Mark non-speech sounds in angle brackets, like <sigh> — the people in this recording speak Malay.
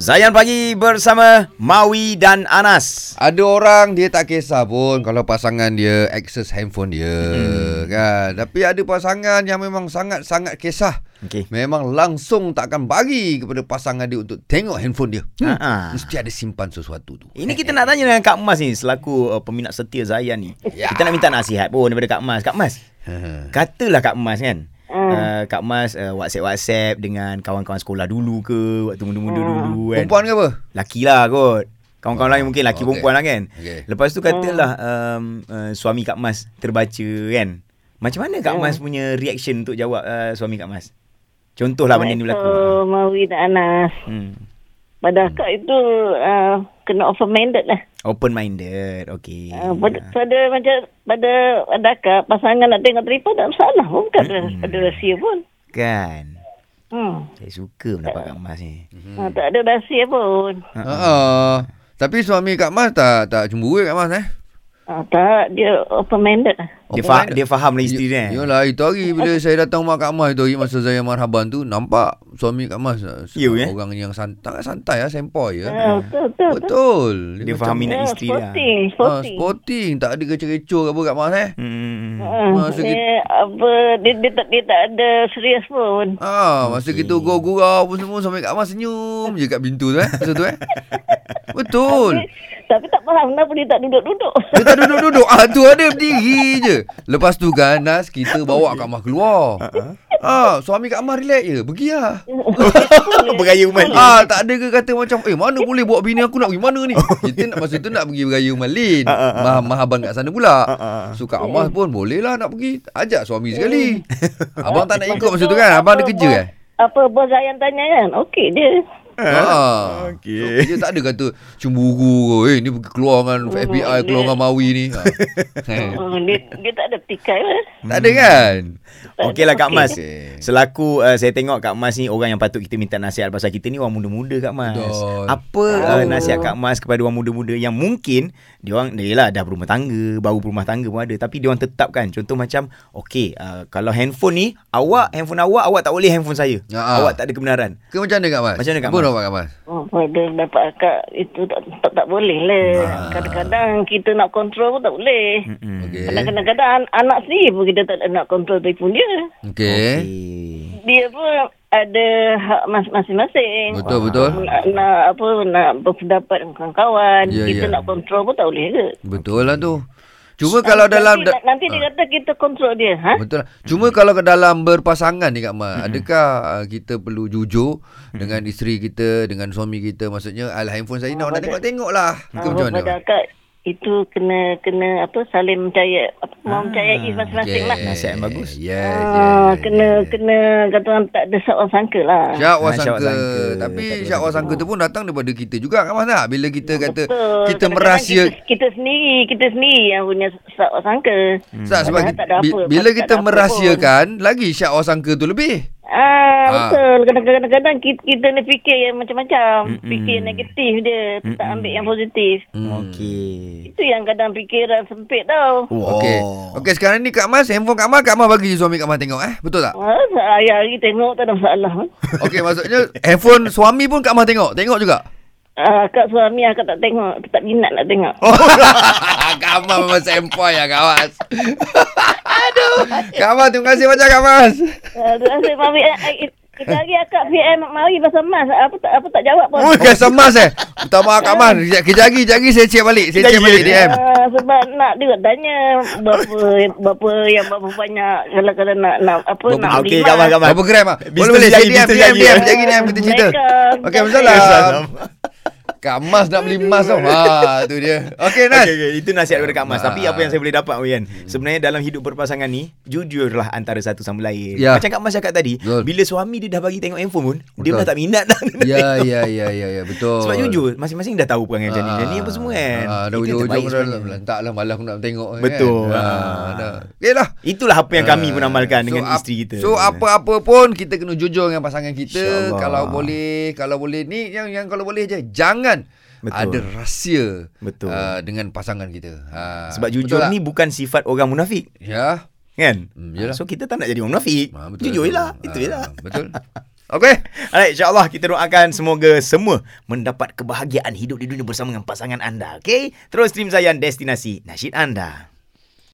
Zayan Pagi bersama Mawi dan Anas. Ada orang dia tak kisah pun kalau pasangan dia access handphone dia hmm. kan. Tapi ada pasangan yang memang sangat-sangat kisah. Okey. Memang langsung tak akan bagi kepada pasangan dia untuk tengok handphone dia. Hmm. Ha. Mesti ada simpan sesuatu tu. Ini kita nak tanya dengan Kak Mas ni selaku uh, peminat setia Zayan ni. Ya. Kita nak minta nasihat pun daripada Kak Mas. Kak Mas, katalah Kak Mas kan. Hmm. Uh, Kak Mas uh, WhatsApp-WhatsApp dengan kawan-kawan sekolah dulu ke waktu muda-muda dulu kan. Hmm. Perempuan Oh, ke apa? Laki lah kot. Kawan-kawan lain mungkin laki okay. perempuan lah kan. Okay. Lepas tu katalah um, Hmm. uh, suami Kak Mas terbaca kan. Macam mana Hmm. Kak Mas punya reaction untuk jawab uh, suami Kak Mas? Contohlah benda ni berlaku. ha. So, Mawi dan Anas. Hmm. Pada akak itu uh, kena open-minded lah. Open minded. Okey. Uh, pada, pada macam pada pada akak pasangan nak tengok telefon tak masalah pun bukan Mm-mm. mm-hmm. ada rahsia pun. Kan. Hmm. Saya suka mendapat Kak Mas ni. Uh, tak ada rahsia pun. Ha. Uh-uh. Tapi suami Kak Mas tak tak cemburu Kak Mas eh? Uh, tak dia open-minded lah. Dia, Open fa- minded. dia faham lah isteri Y- dia. kan? Yalah itu hari bila saya datang rumah Kak Mas itu hari masa saya marhaban tu nampak suami Kak Mas uh, You, eh? orang yang santai santai ah sempoi ya. Uh, betul betul. betul. Betul. Dia macam- faham minat Ya, isteri lah. sporting, Ah, sporting. sporting. Tak ada kecoh-kecoh ke apa Kak Mas eh? Hmm. Ah, Masa dia, apa, dia, dia, tak, dia tak ada serius pun. Ah, masa kita gurau-gurau pun semua sampai Kak Mas senyum je kat pintu tu eh. Masa <laughs> tu eh. Betul. Tapi tak faham kenapa dia tak <laughs> duduk-duduk. Dia tak duduk-duduk. Ah, tu ada berdiri je. Lepas tu ganas kita bawa Kak Mas Ha, keluar. Ah, suami Kak Mas relax je. Pergi lah. Bergaya umat ni. Ah, tak ada ke kata macam eh mana boleh bawa bini aku nak pergi mana <laughs> ni? Kita nak masa tu nak pergi beraya Malin. Ah, Mah mahaban kat sana pula. So Kak Amas pun boleh lah nak pergi. Ajak Oh. suami <laughs> sekali. Abang tak nak ikut masa tu kan? Abang ada kerja kan? Eh. Apa bos Zayan tanya kan? Okey dia. Ha. Eh? Okey. Okay. So, dia tak ada kata cemburu. Eh, ni pergi keluar dengan FBI, keluar dengan Mawi ni. <laughs> Ha. Oh, dia, dia tak ada petikai lah. tak ada kan? Okey lah Kak Mas. Okey. Selaku uh, saya tengok Kak Mas ni orang yang patut kita minta nasihat pasal kita ni orang muda-muda Kak Mas. Betul. Apa uh, nasihat Kak Mas kepada orang muda-muda yang mungkin dia orang dia lah dah berumah tangga, baru berumah tangga pun ada tapi dia orang tetapkan contoh macam okey uh, kalau handphone ni awak handphone awak awak tak boleh handphone saya. Ya. Awak tak ada kebenaran. Ke macam mana Kak Mas? Macam mana, Kak Apa Mas? nampak Kak Mas? Oh, pada dapat akak itu tak, tak, tak boleh lah. Ah. Kadang-kadang kita nak kontrol pun tak boleh. Hmm. Okey. Dan kadang-kadang an- anak sendiri pun kita tak nak kontrol telefon dia. Okey. Okey. Dia pun ada hak mas- masing-masing. Betul, betul. Nak, nak apa nak berpendapat dengan kawan-kawan. Ya, kita ya. nak kontrol pun tak boleh ke? Betul lah tu. Cuma kalau nanti, dalam... Ah. nanti, nanti dia kata kita kontrol dia. Ha? Betul lah. Cuma hmm. kalau ke dalam berpasangan ni Kak Ma, hmm. adakah uh, kita perlu jujur hmm. dengan isteri kita, dengan suami kita? Maksudnya, alah handphone saya nak, nak tengok-tengok lah. Ke Ah, macam mana? pada akak itu kena kena apa saling percaya apa ah, mempercayai masing-masing lah. Nasihat yang bagus. Yes, Ah, yes. kena kena kata orang tak ada seorang sangka lah. Ah, Syak syak ya. wasangka. wasangka. Tapi Tak ada syak wasangka tu pun datang daripada kita juga kan Mas tak? Bila kita kata Ya, Betul. kita Kadang-kadang merasia kita, kita sendiri kita sendiri yang punya seorang sangka. hmm. tak, sebab Padahal kita, tak ada bi- apa, bila tak ada kita apa merahsiakan lagi syak wasangka tu lebih. Ah, Ah. betul. Kadang-kadang kita, kita ni fikir yang Hmm, macam-macam. Fikir negatif dia. Tak ambil yang positif. Okey. Itu yang kadang fikiran sempit tau. Okey. Okey sekarang ni Kak Mas handphone Kak Mas Kak Mas bagi suami Kak Mas tengok eh. Betul tak? Ah, hari-hari tengok tak ada <laughs> masalah. Okey maksudnya handphone suami pun Kak Mas tengok. Tengok juga. Ah, akak suami akak tak tengok. Tak minat nak tengok. Oh, <laughs> Kak Mas memang sempoi ya Kak Mas. Aduh. Kak Mas terima kasih banyak Kak Mas. Uh, saya pamit. Eh, eh, Kita hari akak PM mari pasal mas. Apa tak apa tak jawab pun. Oh, Kak Mas eh. Minta maaf Kak Mas. Kejap- Kejap lagi, kejap lagi saya check balik. Saya check balik DM. Ah, sebab nak dia tanya berapa berapa yang berapa banyak kalau kalau nak nak apa Berapa- nak Okey Kak Mas Kak Mas. Berapa gram ah? Business Boleh boleh saya jadi, diam business diam jadi. diam jadi diam kita eh, cerita. Mereka- Okey Salam. masalah. Kak Mas nak beli emas tau. Ha tu dia. Okey Nas. Okay, okay. Itu nasihat daripada Kak Mas. Tapi Ah. Hmm. apa yang saya boleh dapat Wian, sebenarnya dalam hidup berpasangan ni, jujurlah antara satu sama lain. Ya. Macam Kak Mas cakap tadi, Betul. bila suami dia dah bagi tengok handphone pun, dia Betul. pun dah tak minat dah. nak <laughs> Ya tengok. ya ya ya ya betul. Sebab jujur, masing-masing dah tahu perangai macam ni. Dan ni Ah, apa semua kan. Ah, dah Itu yang ujung-ujung terbaik dah sebenarnya. lantaklah malam aku nak tengok kan. Betul. Ah, Ah. dah. Okeylah. Itulah apa yang kami pun Ah, amalkan dengan ap- isteri kita. So apa-apa pun kita kena jujur dengan pasangan kita InsyaAllah. kalau boleh kalau boleh ni yang yang kalau boleh je jangan Betul. ada rahsia Betul. ah, dengan pasangan kita. Ha. Sebab jujur ni bukan sifat orang munafik. ya Kan? Hmm, yelah. so kita tak nak jadi orang munafik. Ah, jujur je lah. Itu je Ah, lah. Betul. Okey. <laughs> Alright, insyaAllah kita doakan semoga semua mendapat kebahagiaan hidup di dunia bersama dengan pasangan anda. Okay? Terus stream Zayan Destinasi Nasyid Anda.